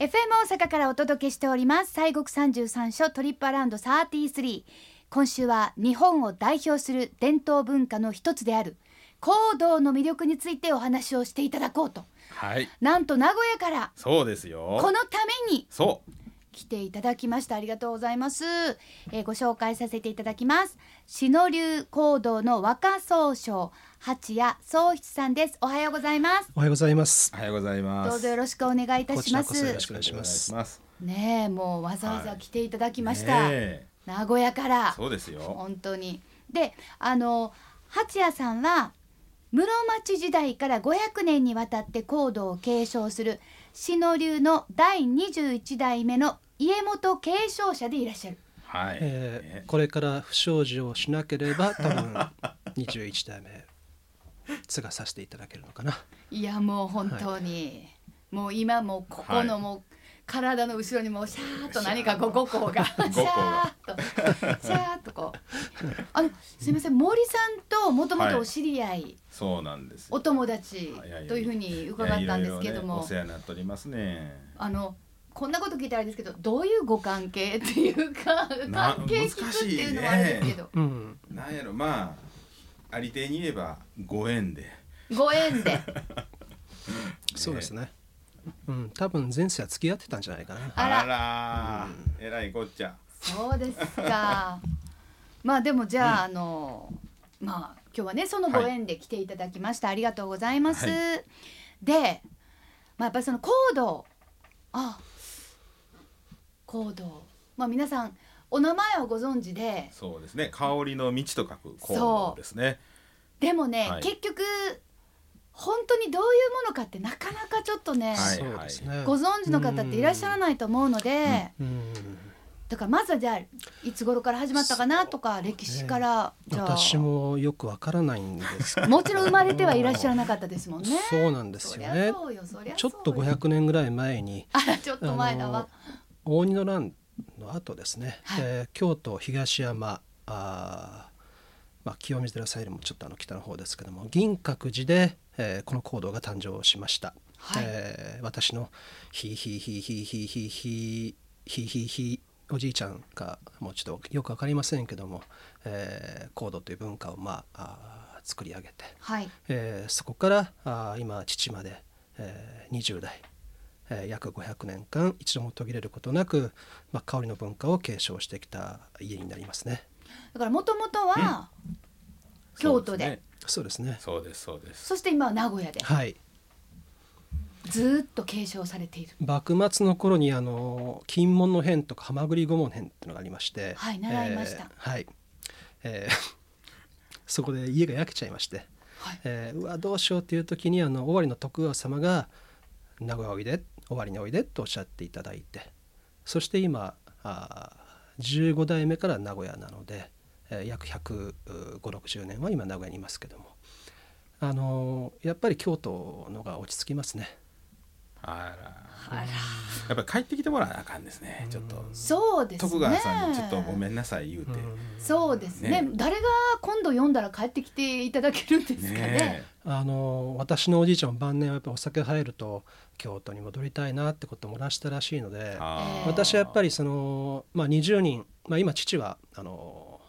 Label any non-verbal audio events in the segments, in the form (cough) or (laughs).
FM 大阪からお届けしております西国三十三所トリップアラウンド33今週は日本を代表する伝統文化の一つである行動の魅力についてお話をしていただこうとはいなんと名古屋からそうですよこのためにそう来ていただきましたありがとうございます、えーご紹介させていただきます篠流行動の若総称八谷宗一さんですおはようございますおはようございます。おはようございますどうぞよろしくお願いいたこしちまらこそよすろしくお願いします。ますねえもうわざわざ来ていただきました、ねえ名古屋からそうですよ本当にであの八谷さんは室町時代から500年にわたって行動を継承する篠流の第21代目の家元継承者でいらっしゃるはい、えねー、これから不祥事をしなければ多分21代目継がさせていただけるのかな。いやもう本当に、もう今もうここのはいもう体の後ろにもうシャーッと何かこう5個が (laughs) シャ個ーがッとシャーッとこうあのすいません森さんともともとお知り合い、そうなんですお友達いやいやというふうに伺ったんですけども。いやいろいろねお世話になっておりますねあのこんなこと聞いたらあれですけどどういうご関係っていうか (laughs) な関係聞くっていうのもあれですけど、うん。なんやろまあありていに言えばご縁でご縁 (laughs) でそうですね。うん。多分前世は付き合ってたんじゃないかな。あららえらいこっちゃそうですかまあでもじゃあ、あのまあ今日はねそのご縁で来ていただきました、ありがとうございます、はで、まあ、やっぱりその行動あ行動まあ皆さんお名前をご存知でそうですね香りの道と書く行動ですねでもね、はい結局本当にどういうものかってなかなかちょっとね、はいそうですね。ご存知の方っていらっしゃらないと思うので、うん。だからまずはじゃあいつ頃から始まったかなとか歴史から、じゃあ私もよくわからないんですけ (laughs) ど。もちろん生まれてはいらっしゃらなかったですもんね。そうなんですそりよゃね。そうよそりゃちょそうっよと500年ぐらい前にあらちょっと前だわ。あの大仁の乱の後ですね、はいえー京都東山あー、まあ、清水寺サイルもちょっとあの北の方ですけども銀閣寺で、えーこの行動が誕生しました、はいえー私のひいひいひいひいひいひいひいひいひいおじいちゃんかもうちょっとよく分かりませんけども、えー、行動という文化を、まあ、あー作り上げてはいえーそこからあー今父まで、えー20代、えー約500年間一度も途切れることなく、まあ、香りの文化を継承してきた家になりますね。だからもともとは京都でそそうですねそうですそうですして今は名古屋ではいずーっと継承されている。幕末の頃にあの金門の変とか蛤御門変っていうのがありましてはい習いましたえーはい、えー (laughs) そこで家が焼けちゃいまして、はいえーうわどうしようっていう時にあの尾張の徳川様が「名古屋おいで尾張においで」とおっしゃっていただいてそして今あー15代目から名古屋なので、えー約15060年は今名古屋にいますけども、あのーやっぱり京都のが落ち着きますね。ああららやっぱり帰ってきてもらわなあかんですねちょっとそうですね。徳川さんにちょっとごめんなさい言うてそうですねね誰が今度読んだら帰ってきていただけるんですかね。ねあの私のおじいちゃんも晩年はやっぱお酒入ると京都に戻りたいなってことを漏らしたらしいのであー私はやっぱりその、まあ、20人、まあ、今父はあの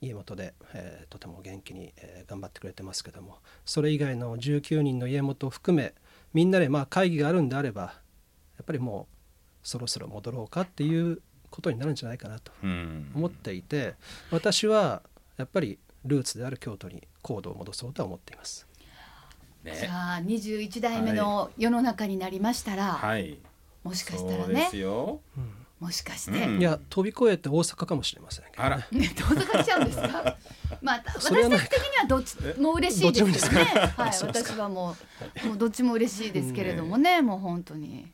家元で、えーとても元気に、えー頑張ってくれてますけどもそれ以外の19人の家元を含めみんなでまあ会議があるんであればやっぱりもうそろそろ戻ろうかっていうことになるんじゃないかなとうん思っていて私はやっぱりルーツである京都に行動を戻そうとは思っています。じねゃあ21代目の世の中になりましたら、はいもしかしたそらうでねすよもしかして、うんいや飛び越えて大阪かもしれませんけど、あらね、どうぞかしちゃうんです (laughs) か。まあ、た私それはなたんちか的にはどっちも嬉しいですけどね。はい、そうです私はもう、もうどっちも嬉しいですけれどもね、もう本当に。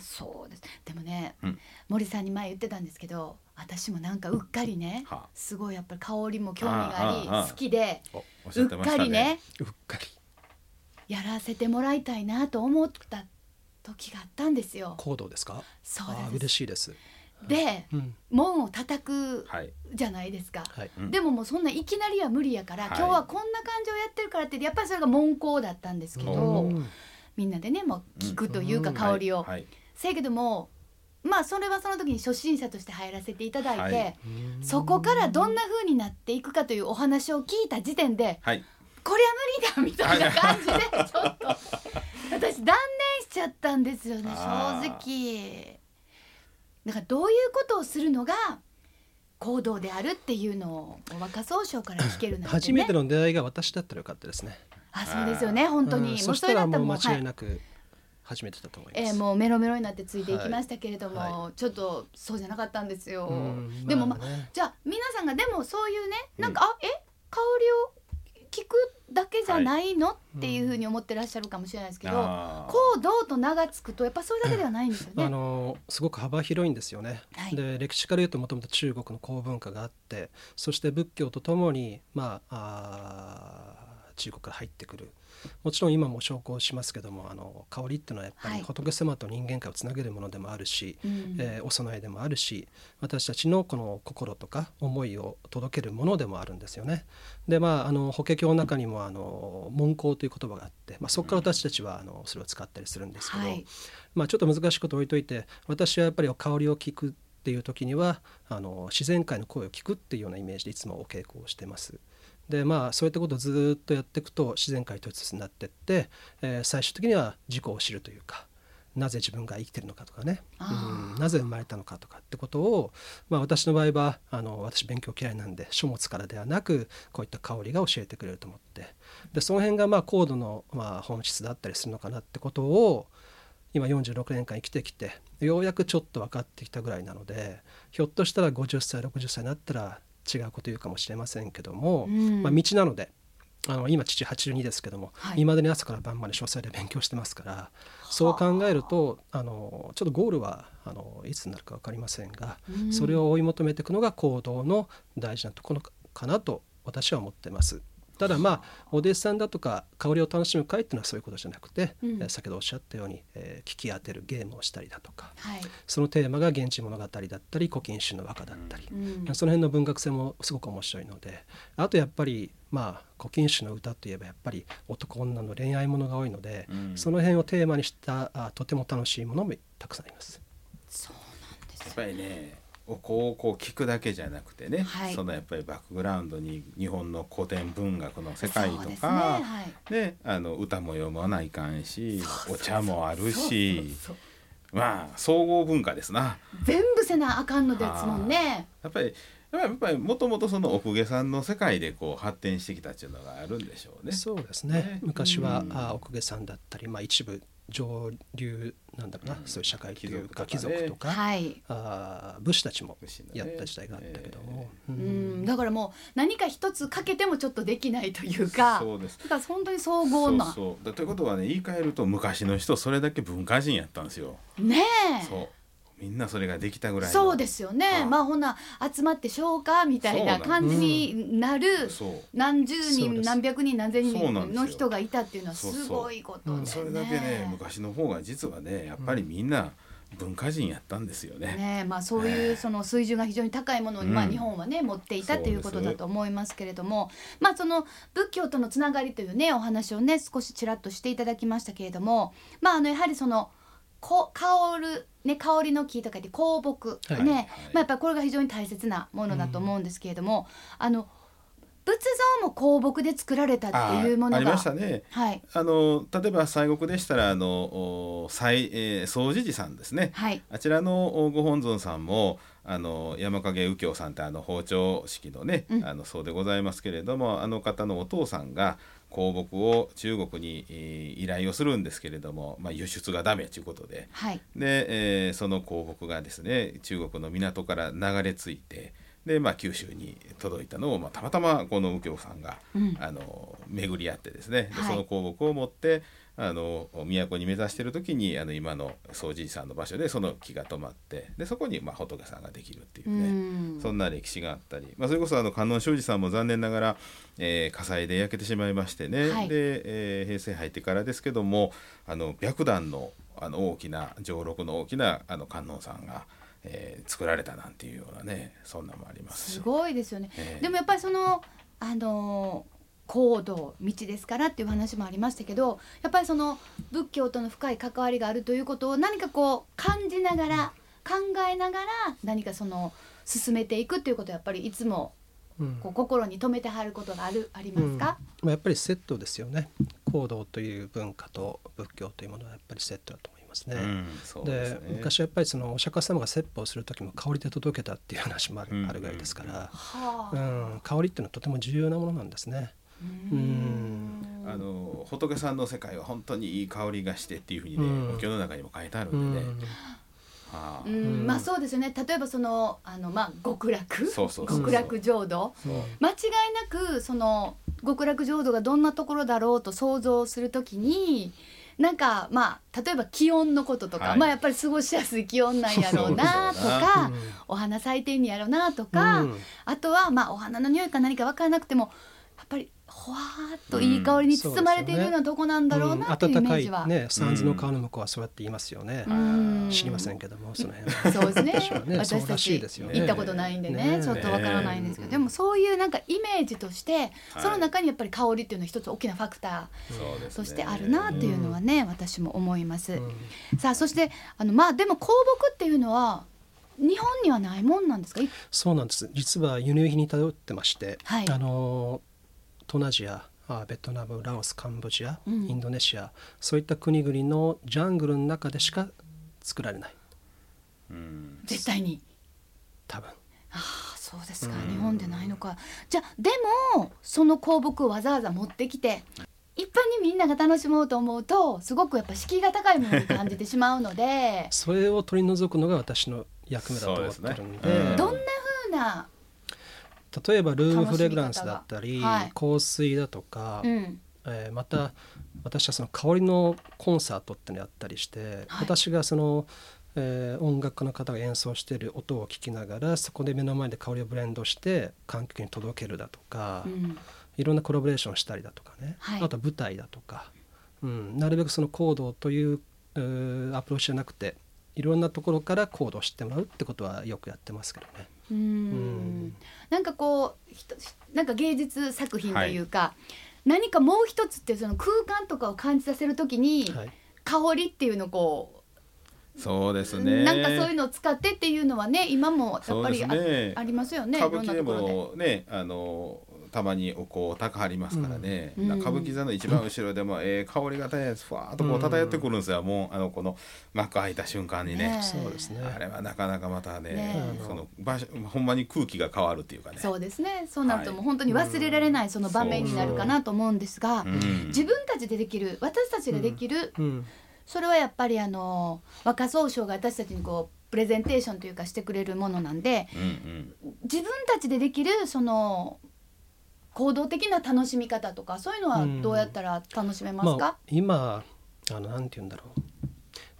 そうです。でもね、うん森さんに前言ってたんですけど、私もなんかうっかりねはあ。すごいやっぱり香りも興味があり、ああああ好きで、おおっしうゃってましたかりね、うっかりやらせてもらいたいなと思った時があったんですよ。行動ですかそうあーで嬉す。しいです、で、うん門を叩くはいじゃないですか。はいうんでももうそんないきなりは無理やから、はい今日はこんな感じをやってるからってやっぱりそれが文校だったんですけど、おうんみんなでねもう聞くというかうん香りを、はいはいそせやけどもまあそれはその時に初心者として入らせていただいて、はいそこからどんな風になっていくかというお話を聞いた時点ではいこりゃ無理だみたいな感じでちょっと私断念しちゃったんですよねあー正直だからどういうことをするのが行動であるっていうのを若総称から聞けるなんて、ね、 (laughs) 初めての出会いが私だったらよかったですねあそうですよね本当うんにもそうしそれただらったもらうもうは間い違いなく初めてだと思います、えーもうメロメロになってついていきましたけれども、はちょっとそうじゃなかったんですよ、うんでもまあ、まあねじゃあ皆さんがでもそういうねなんか、うあえ香りを聞くだけじゃないの、っていうふうに思ってらっしゃるかもしれないですけど、あー行動と名がつくとやっぱそれだけではないんですよね。あのすごく幅広いんですよね。はいで歴史から言うともともと中国の古文化があってそして仏教とともに、まあ、あー中国から入ってくるもちろん今も紹介しますけどもあの香りっていうのはやっぱはいり仏様と人間界をつなげるものでもあるし、うんえーお供えでもあるし私たちのこの心とか思いを届けるものでもあるんですよね。でまああの法華経の中にもあの文香という言葉があって、まあ、そこから私たちはあのそれを使ったりするんですけど、はいまあ、ちょっと難しいこと置いといて私はやっぱり香りを聞くっていう時にはあの自然界の声を聞くっていうようなイメージでいつもお稽古をしてます。でまあそういったことをずーっとやっていくと自然界と一つになってって、えー最終的には自己を知るというかなぜ自分が生きてるのかとかね、あーうん、なぜ生まれたのかとかってことを、まあ、私の場合はあの私勉強嫌いなんで書物からではなくこういった香りが教えてくれると思ってでその辺がまあ高度のまあ本質だったりするのかなってことを今46年間生きてきてようやくちょっと分かってきたぐらいなのでひょっとしたら50歳60歳になったら違うこと言うかもしれませんけども、うんまあ、道なのであの今父82ですけども、はいいまだに朝から晩まで書斎で勉強してますからそう考えるとあのちょっとゴールはあのいつになるか分かりませんが、うんそれを追い求めていくのが行動の大事なところかなと私は思ってます。ただまあお弟子さんだとか香りを楽しむ会っていうのはそういうことじゃなくて、うんえー先ほどおっしゃったように、えー聞き当てるゲームをしたりだとかはいそのテーマが「現地物語」だったり「古今集の和歌」だったり、うんその辺の文学性もすごく面白いのであとやっぱりまあ古今集の歌といえばやっぱり男女の恋愛ものが多いので、うんその辺をテーマにしたあとても楽しいものもたくさんあります。そうなんですやっよぱりねお香をこう聞くだけじゃなくてね、はいそのやっぱりバックグラウンドに日本の古典文学の世界そうとですねか、はいね、あの歌も読まないかんしそうそうそうお茶もあるしそうそうまあ総合文化ですなそう全部せなあかんのですもんね。やっぱりやっぱりもともとその奥下さんの世界でこう発展してきたっていうのがあるんでしょうね。そうですねね昔は、うんあ奥下さんだったり、まあ、一部上流なんだろうな、うんそういう社会というか貴貴族族ととか,、はい。あ武士たちも武士のねやった時代があったけども、ううんん、だからもう何か一つかけてもちょっとできないというか、そうですだから本当に総合なそうそうだということはね言い換えると昔の人それだけ文化人やったんですよ。ねえ。そうみんなそれができたぐらいのそうですよね、うんまあほな集まって消化みたいなそうなん感じになるそう何十そう人です何百人何千そうな人んですのよ人がいたっていうのはそうそうすごいことだよね。それだけね昔の方が実はねやっぱりみんな文化人やったんですよね。ねえまあ、そういうその水準が非常に高いものに、うんまあ、日本はね持っていたということだと思いますけれども、まあ、その仏教とのつながりというねお話をね少しちらっとしていただきましたけれども、まあ、あのやはりそのこ香る、ね、香りの木とかで香木、はいねはまいあ、やっぱりこれが非常に大切なものだと思うんですけれども、あの仏像も香木で作られたっていうものあありがましたね。はいあの例えば西国でしたらあのお西えー総持寺さんですね。はいあちらのおご本尊さんもあの山影右京さんってあの包丁式のね、うんあのそうでございますけれどもあの方のお父さんが香木を中国に、えー依頼をするんですけれども、まあ、輸出がダメということではいで、えーその香木がですね中国の港から流れ着いてで、まあ、九州に届いたのを、まあ、たまたまこの右京さんが、うんあの巡り合ってですねではいその香木を持ってあの都に目指してる時にあの今の総持寺さんの場所でその木が止まってでそこに、まあ、仏さんができるっていううね。んそんな歴史があったり、まあ、それこそあの観音修二さんも残念ながら、えー火災で焼けてしまいましてね、はいでえー平成入ってからですけどもあの白檀のあの大きな上禄の大きなあの観音さんが、えー作られたなんていうようなねそんなんもありますしすごいですよね。ええでもやっぱりそのあのー行動道ですからっていう話もありましたけどやっぱりその仏教との深い関わりがあるということを何かこう感じながら考えながら何かその進めていくっていうことをやっぱりいつもうんこう心に留めてはることがあるありますか、うんまあ、やっぱりセットですよね行動という文化と仏教というものはやっぱりセットだと思いますね。うんそうでですね昔はやっぱりそのお釈迦様が説法する時も香りで届けたっていう話もある,、うんあるぐらいですから、はうあん、香りっていうのはとても重要なものなんですね。うんあの仏さんの世界は本当にいい香りがしてっていうふうにうねんお経の中にも書いてあるうんでねん、はあうんうんまあそうですよね例えばそのあの、まあ、極楽そうそうそう極楽浄土そう間違いなくその極楽浄土がどんなところだろうと想像するときになんかまあ例えば気温のこととか、はいまあやっぱり過ごしやすい気温なんやろうなとそうだか、お花咲いてんやろうなとか、うんあとはまあお花の匂いか何か分からなくてもやっぱりほわーっといい香りに包まれているようなとこなんだろうなっていうイ暖メかーいジは。ね三途の川の向こうはそうやって言いますよねう、ん知りませんけどもその辺は。そうですねはね私そうたらしちいですよね行ったことないんでねねちょっとわからないんですけど、ねでもそういうなんかイメージとして、はいその中にやっぱり香りっていうのは一つ大きなファクタそうでーすとねしてあるなっていうのはね、私も思います、うんさあそしてあのまあでも香木っていうのは日本にはないもんなんですかい (laughs) そうなんです実は輸入品に頼ってまして、はいあの東南アジアあベトナムラオスカンボジア、うんインドネシアそういった国々のジャングルの中でしか作られないうん絶対に多分ああそうですかうん日本でないのかじゃあでもその香木をわざわざ持ってきて一般にみんなが楽しもうと思うとすごくやっぱ敷居が高いものに感じてしまうのでそれを取り除くのが私の役目だと思ってるんでそうですねうんどんな風な例えばルームフレグランスだったり、楽しみ方がはい香水だとか、うんえーまた私はその香りのコンサートってのやったりして、はい私がその、えー音楽家の方が演奏している音を聞きながらそこで目の前で香りをブレンドして観客に届けるだとか、うんいろんなコラボレーションしたりだとかね、はいあとは舞台だとか、うん、なるべくその行動といううーアプローチじゃなくていろんなところから行動を知ってもらうってことはよくやってますけどね。うーんんなんかこうひとなんか芸術作品というか、何かもう一つっていうその空間とかを感じさせるときに、はい香りっていうのをこそうですう、ねなんかそういうのを使ってっていうのはね今もやっぱりあ,、そうですねありますよねい歌ろん舞伎なでところで。もねあのたまにおこう高張りますからね、うんな歌舞伎座の一番後ろでも、えー香りがねふわーっとこう漂ってくるんですよ、もうあのこの幕開いた瞬間にねねえそうですねあれはなかなかまたねねえその場所ほんまに空気が変わるっていうかねそうですねそうなるとはいもう本当に忘れられないその場面になるかなと思うんですが、ん自分たちでできる私たちでできる、うんそれはやっぱりあの若総省が私たちにこうプレゼンテーションというかしてくれるものなんでうんうん自分たちでできるその行動的な楽しみ方とかそういうのはどうやったら楽しめますまあか、、今あのなんて言うんだろう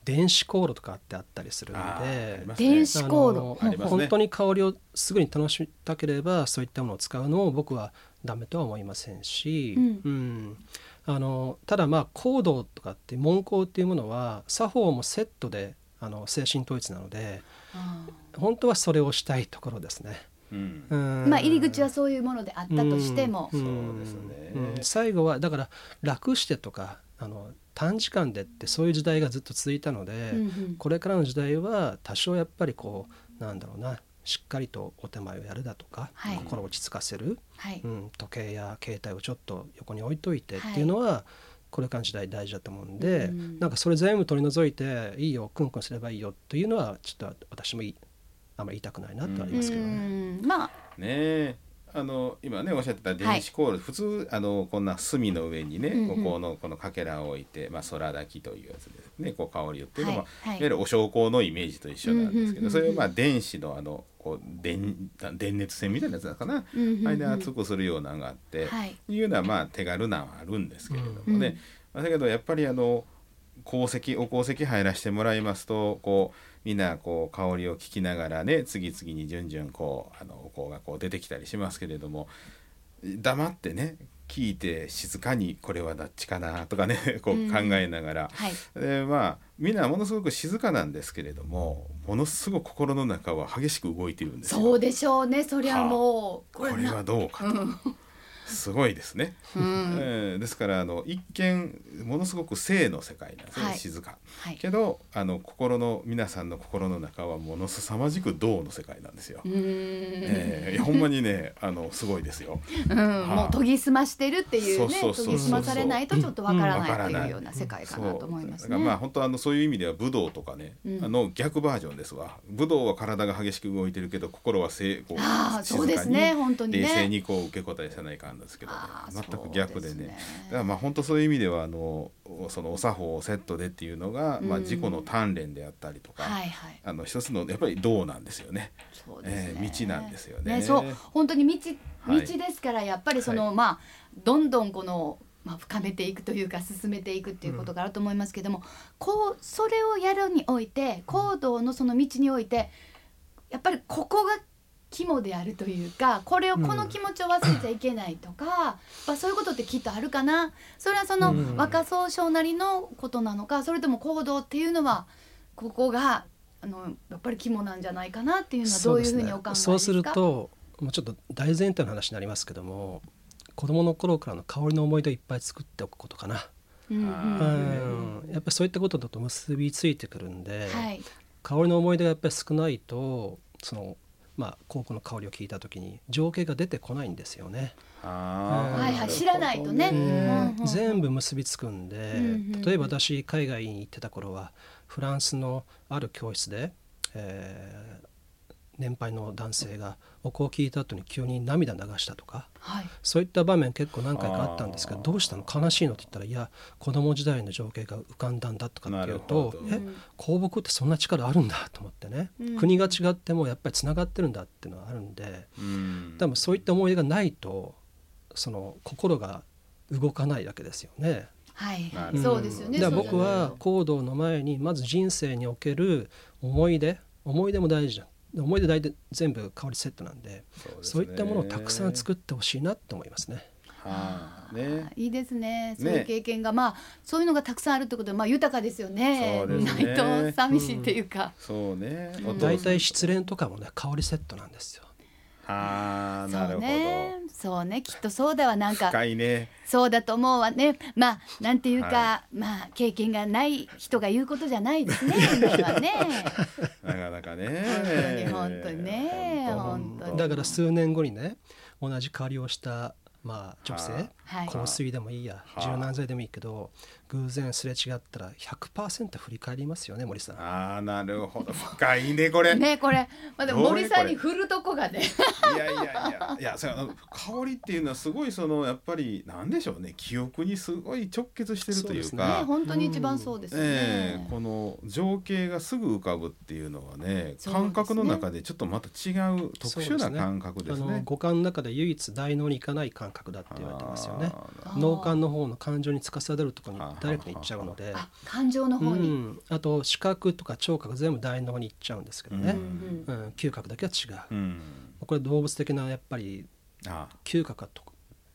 電子香炉とかってあったりするんあーありでま。すね電子香炉のありますね本当に香りをすぐに楽しみたければそういったものを使うのも僕はダメとは思いませんし、うんんあのただまあ香道とかって文香っていうものは作法もセットであの精神統一なのであ本当はそれをしたいところですね。うんーまあ入り口はそそういうものであったとしても、そうですね最後はだから楽してとかあの短時間でってそういう時代がずっと続いたので、うんうんこれからの時代は多少やっぱりこうなんだろうなしっかりとお手前をやるだとか、はい心を落ち着かせる、はい、うん、時計や携帯をちょっと横に置いといてっていうのは、これからの時代大事だと思うんで、うんなんかそれ全部取り除いていいよクンクンすればいいよというのはちょっと私もいいあんまり言いたくないなとはありますけどね。うんまあねえあの今ねおっしゃってた電子コール、普通あのこんな炭の上にね、うんうんここのこのかけらを置いて、まあ、空炊きというやつですねこう香りをっていうのは、はいはいいわゆるお焼香のイメージと一緒なんでうんうすけど、んうんうんそれをまあ電子のあのこう電電熱線みたいなやつだかな、うんうんうんあれで熱くするようなのがあって、はいいうのはまあ手軽なのはあるんですけれどもね、うんまあだけどやっぱりあの功績お功績入らしてもらいますとこうみんなこう香りを聞きながらね次々に順々こうあのお香がこう出てきたりしますけれども黙ってね聞いて静かにこれはどっちかなとかね (laughs) こううん考えながら、はいでまあみんなものすごく静かなんですけれどもものすごく心の中は激しく動いてるんですよ。そうでしょうねそりゃもうこれはどうかと、すごいですね。うえんーですからあの一見ものすごく静の世界なんですね、はい静か。はいけどあの心の皆さんの心の中はものすさまじく銅の世界なんですよ。うーんえーいやほんまにねあのすごいですよ。うんもう研ぎ澄ましてるっていうねそうそうそうそう研ぎ澄まされないとちょっとわからうんわかならいってないいうような世界かなと思いますそうだからね。まあ本当あのそういう意味では武道とかね、うんあの逆バージョンですわ。武道は体が激しく動いてるけど心はせこうああ静そうですね本当にね冷静にこう受け答えさないかんですけどねああ全くそう逆でねですねだからまあ本当そういう意味ではあのそのお作法をセットでっていうのが、まあうん自己の鍛錬であったりとか、はいはいあの一つのやっぱり道なんですよね。そうですね、えー道なんですよねそう本当に道は道いですからやっぱりその、はまあどんどんこのまあ深めていくというか進めていくっていうことがあると思いますけども、こうそれをやるにおいて行動のその道においてやっぱりここが肝であるというかこれをうんこの気持ちを忘れちゃいけないとか、まあそういうことってきっとあるかなそれはそのうん若草小なりのことなのかそれとも行動っていうのはここがあのやっぱり肝なんじゃないかなっていうのはどういうふうにお考えですかそうするともうちょっと大前提の話になりますけども子供の頃からの香りの思い出をいっぱい作っておくことかな、うんうんううんんやっぱりそういったことだと結びついてくるんで、はい香りの思い出がやっぱり少ないとそのまあ香香の香りを聞いた時に情景が出てこないんですよね、あーはいはいるほど知らないとねううんんうん全部結びつくんで、うんうん例えば私海外に行ってた頃はフランスのある教室で、えー年配の男性がお香を聞いた後に急に涙流したとかはいそういった場面結構何回かあったんですけあどーどうしたの悲しいのって言ったらいや子供時代の情景が浮かんだんだとかっていうとなるほどえ香木ってそんな力あるんだと思ってね、うん国が違ってもやっぱりつながってるんだっていうのはあるんでうん多分そういった思い出がないとその心が動かないわけですよね。はいなるほどそうですよねだかそうらじゃ僕ないは行動の前にまず人生における思い出思い出も大事じゃん思い出大体全部香りセットなんでそうですねそういったものをたくさん作ってほしいなと思いますね。はああねーいいですねねそういう経験が、まあそういうのがたくさんあるってことはまあ豊かですよねそうですねないと寂しいっていうか、そうねうんお父さん大体失恋とかもね香りセットなんですよ。あーなるそうほど、ねそうねきっとそうだわなんか深いねそうだと思うわねまあなんていうか、はまあ経験がない人が言うことじゃないですね今はねなかなかね (laughs) 本当にね本当にだから数年後にね同じ香りをした、まあ、女は性はい香水でもいいやはあ柔軟剤でもいいけど偶然すれ違ったら100%振り返りますよね森さん。 (laughs) ああなるほど深いねこれねこれ、まあ、でもどれ森さんにこ振るとこがねいやいやいやいやそれあの香りっていうのはすごいそのやっぱりなんでしょうね記憶にすごい直結してるというそうねあ (laughs) か。本当に一番そうですよね、ええこの情景がすぐ浮かぶっていうのはそねうですね感覚の中でちょっとまた違う特殊な感覚ですあのね。五感の中で唯一大脳に行かない感覚だって言われてますよあね。ー脳幹の方の感情に司るところにダイレクトに行っちゃうので、あ感情のう方に、ん、あと視覚とか聴覚全部大脳に行っちゃうんですけどうね、んうん嗅覚だけは違う、うん、これ動物的なやっぱりあ嗅覚がと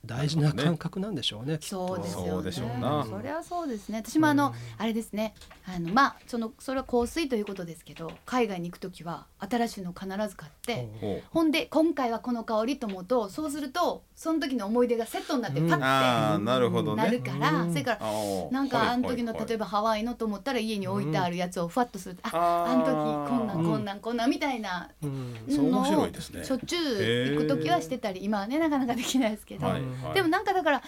大事な感覚なんでしょうねきっとそうですよね。そうでしょうなそりゃそうですね。私もあの、うんあれですね。あのまあそのそれは香水ということですけど、海外に行くときは新しいのを必ず買って、ほうほんで今回はこの香りと思うと、そうするとその時の思い出がセットになってうんパッあーなるほてどなるね。から、うんそれから。ななんかあの時の例えばばハワイのと思ったら家に置いてあるやつをふわっとすると、あああの時こんなんうこんなんこんなんみたいなうんそうの面白をいですねしょっちゅう行く時はしてたり今はねなかなかできないですけど、はいうんはいでもなんかだから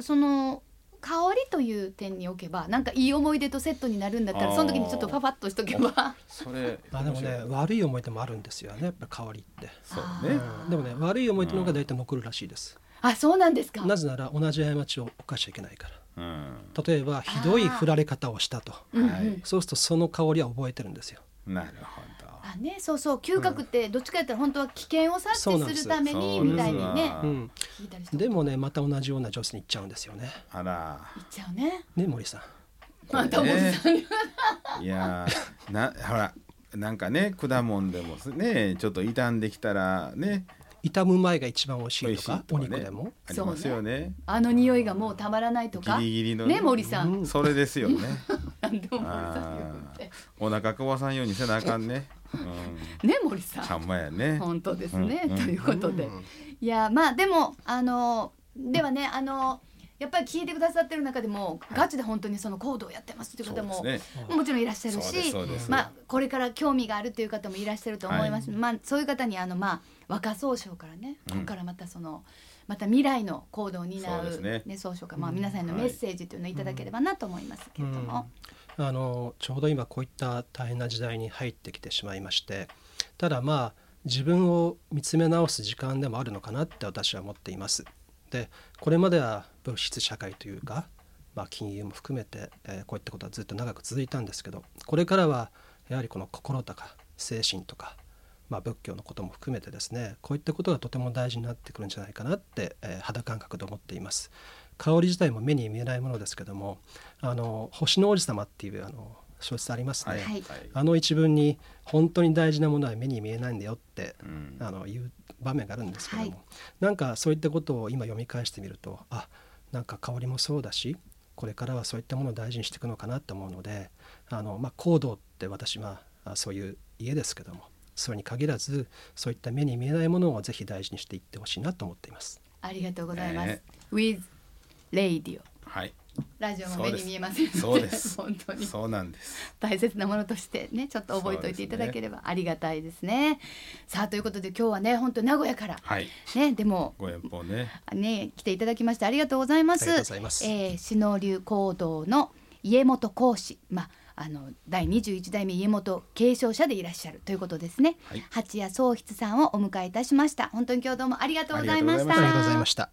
その香りという点におけばなんかいい思い出とセットになるんだったあらーその時にちょっとパパッとしとけばそれあでもね悪い思い出もあるんですよねやっぱ香りって、そうね。うんでもね悪い思い出の方が大体残るらしいです、あそうなんですかなぜなら同じ過ちを犯しちゃいけないかうらん例えばひどい振られ方をしたとうんうんはいそうするとその香りは覚えてるんですよなるほど。あねそうそう嗅覚ってどっちかやったら本当は危険を察そうなん知ですするためにそうですみたいにねわあうん、聞いたりしてでもねまた同じような女性に行っちゃうんですよねあら。いっちゃうねね森さんまたおじさんにいやーなほらなんかね果物でもねちょっと傷んできたらね傷む前が一番美味しいとか美お味しいとか肉ねでもありますよねあの匂いがもうたまらないとかギリギリのねね森さんうんそれですよねなんでも森さん言うあってーお腹壊さんようにせなあかんねうんね森さんほんまやね。本当ですね、うんということで、うんいやまあでもあのではねあのやっぱり聞いてくださってる中でも、ガチで本当にその行動をやってますというそう方ですも、ね。もちろんいらっしゃるそうですしそうです。まあこれから興味があるという方もいらっしゃると思います、まあそういう方にあのまあ若総称からね、うんここからまたそのまた未来の行動を担そうですうねね総称から、まあ皆さんへのメッセージというのをいただければなと思いますけれども、うんあのちょうど今こういった大変な時代に入ってきてしまいましてただまあ自分を見つめ直す時間でもあるのかなって私は思っています。でこれまでは物質社会というか、まあ、金融も含めて、えーこういったことはずっと長く続いたんですけどこれからはやはりこの心とか精神とか、まあ、仏教のことも含めてですねこういったことがとても大事になってくるんじゃないかなって、えー肌感覚で思っています。香り自体も目に見えないものですけどもあの星の王子様っていうあの小説ありますね、はいはいあの一文に本当に大事なものは目に見えないんだよってうんあのいう場面があるんですけども、はいなんかそういったことを今読み返してみるとあなんか香りもそうだしこれからはそういったものを大事にしていくのかなと思うのであの、まあ、行動って私はあそういう家ですけどもそれに限らずそういった目に見えないものをぜひ大事にしていってほしいなと思っています。ありがとうございます。ね With Radio はい。ラジオも目そうでにす見えませんのでそうです (laughs) 本当にそうなんです。大切なものとしてねちょっと覚えておいていただければありがたいですね。さあということで今日はね本当名古屋から、はい。ねでもご遠方ね。ね来ていただきましてありがとうございます。ありがとうございますえー、篠流行動の家元講師まああの第21代目家元継承者でいらっしゃるということですね、はい八谷宗筆さんをお迎えいたしました本当に今日どうもありがとうございましあたありがとうございました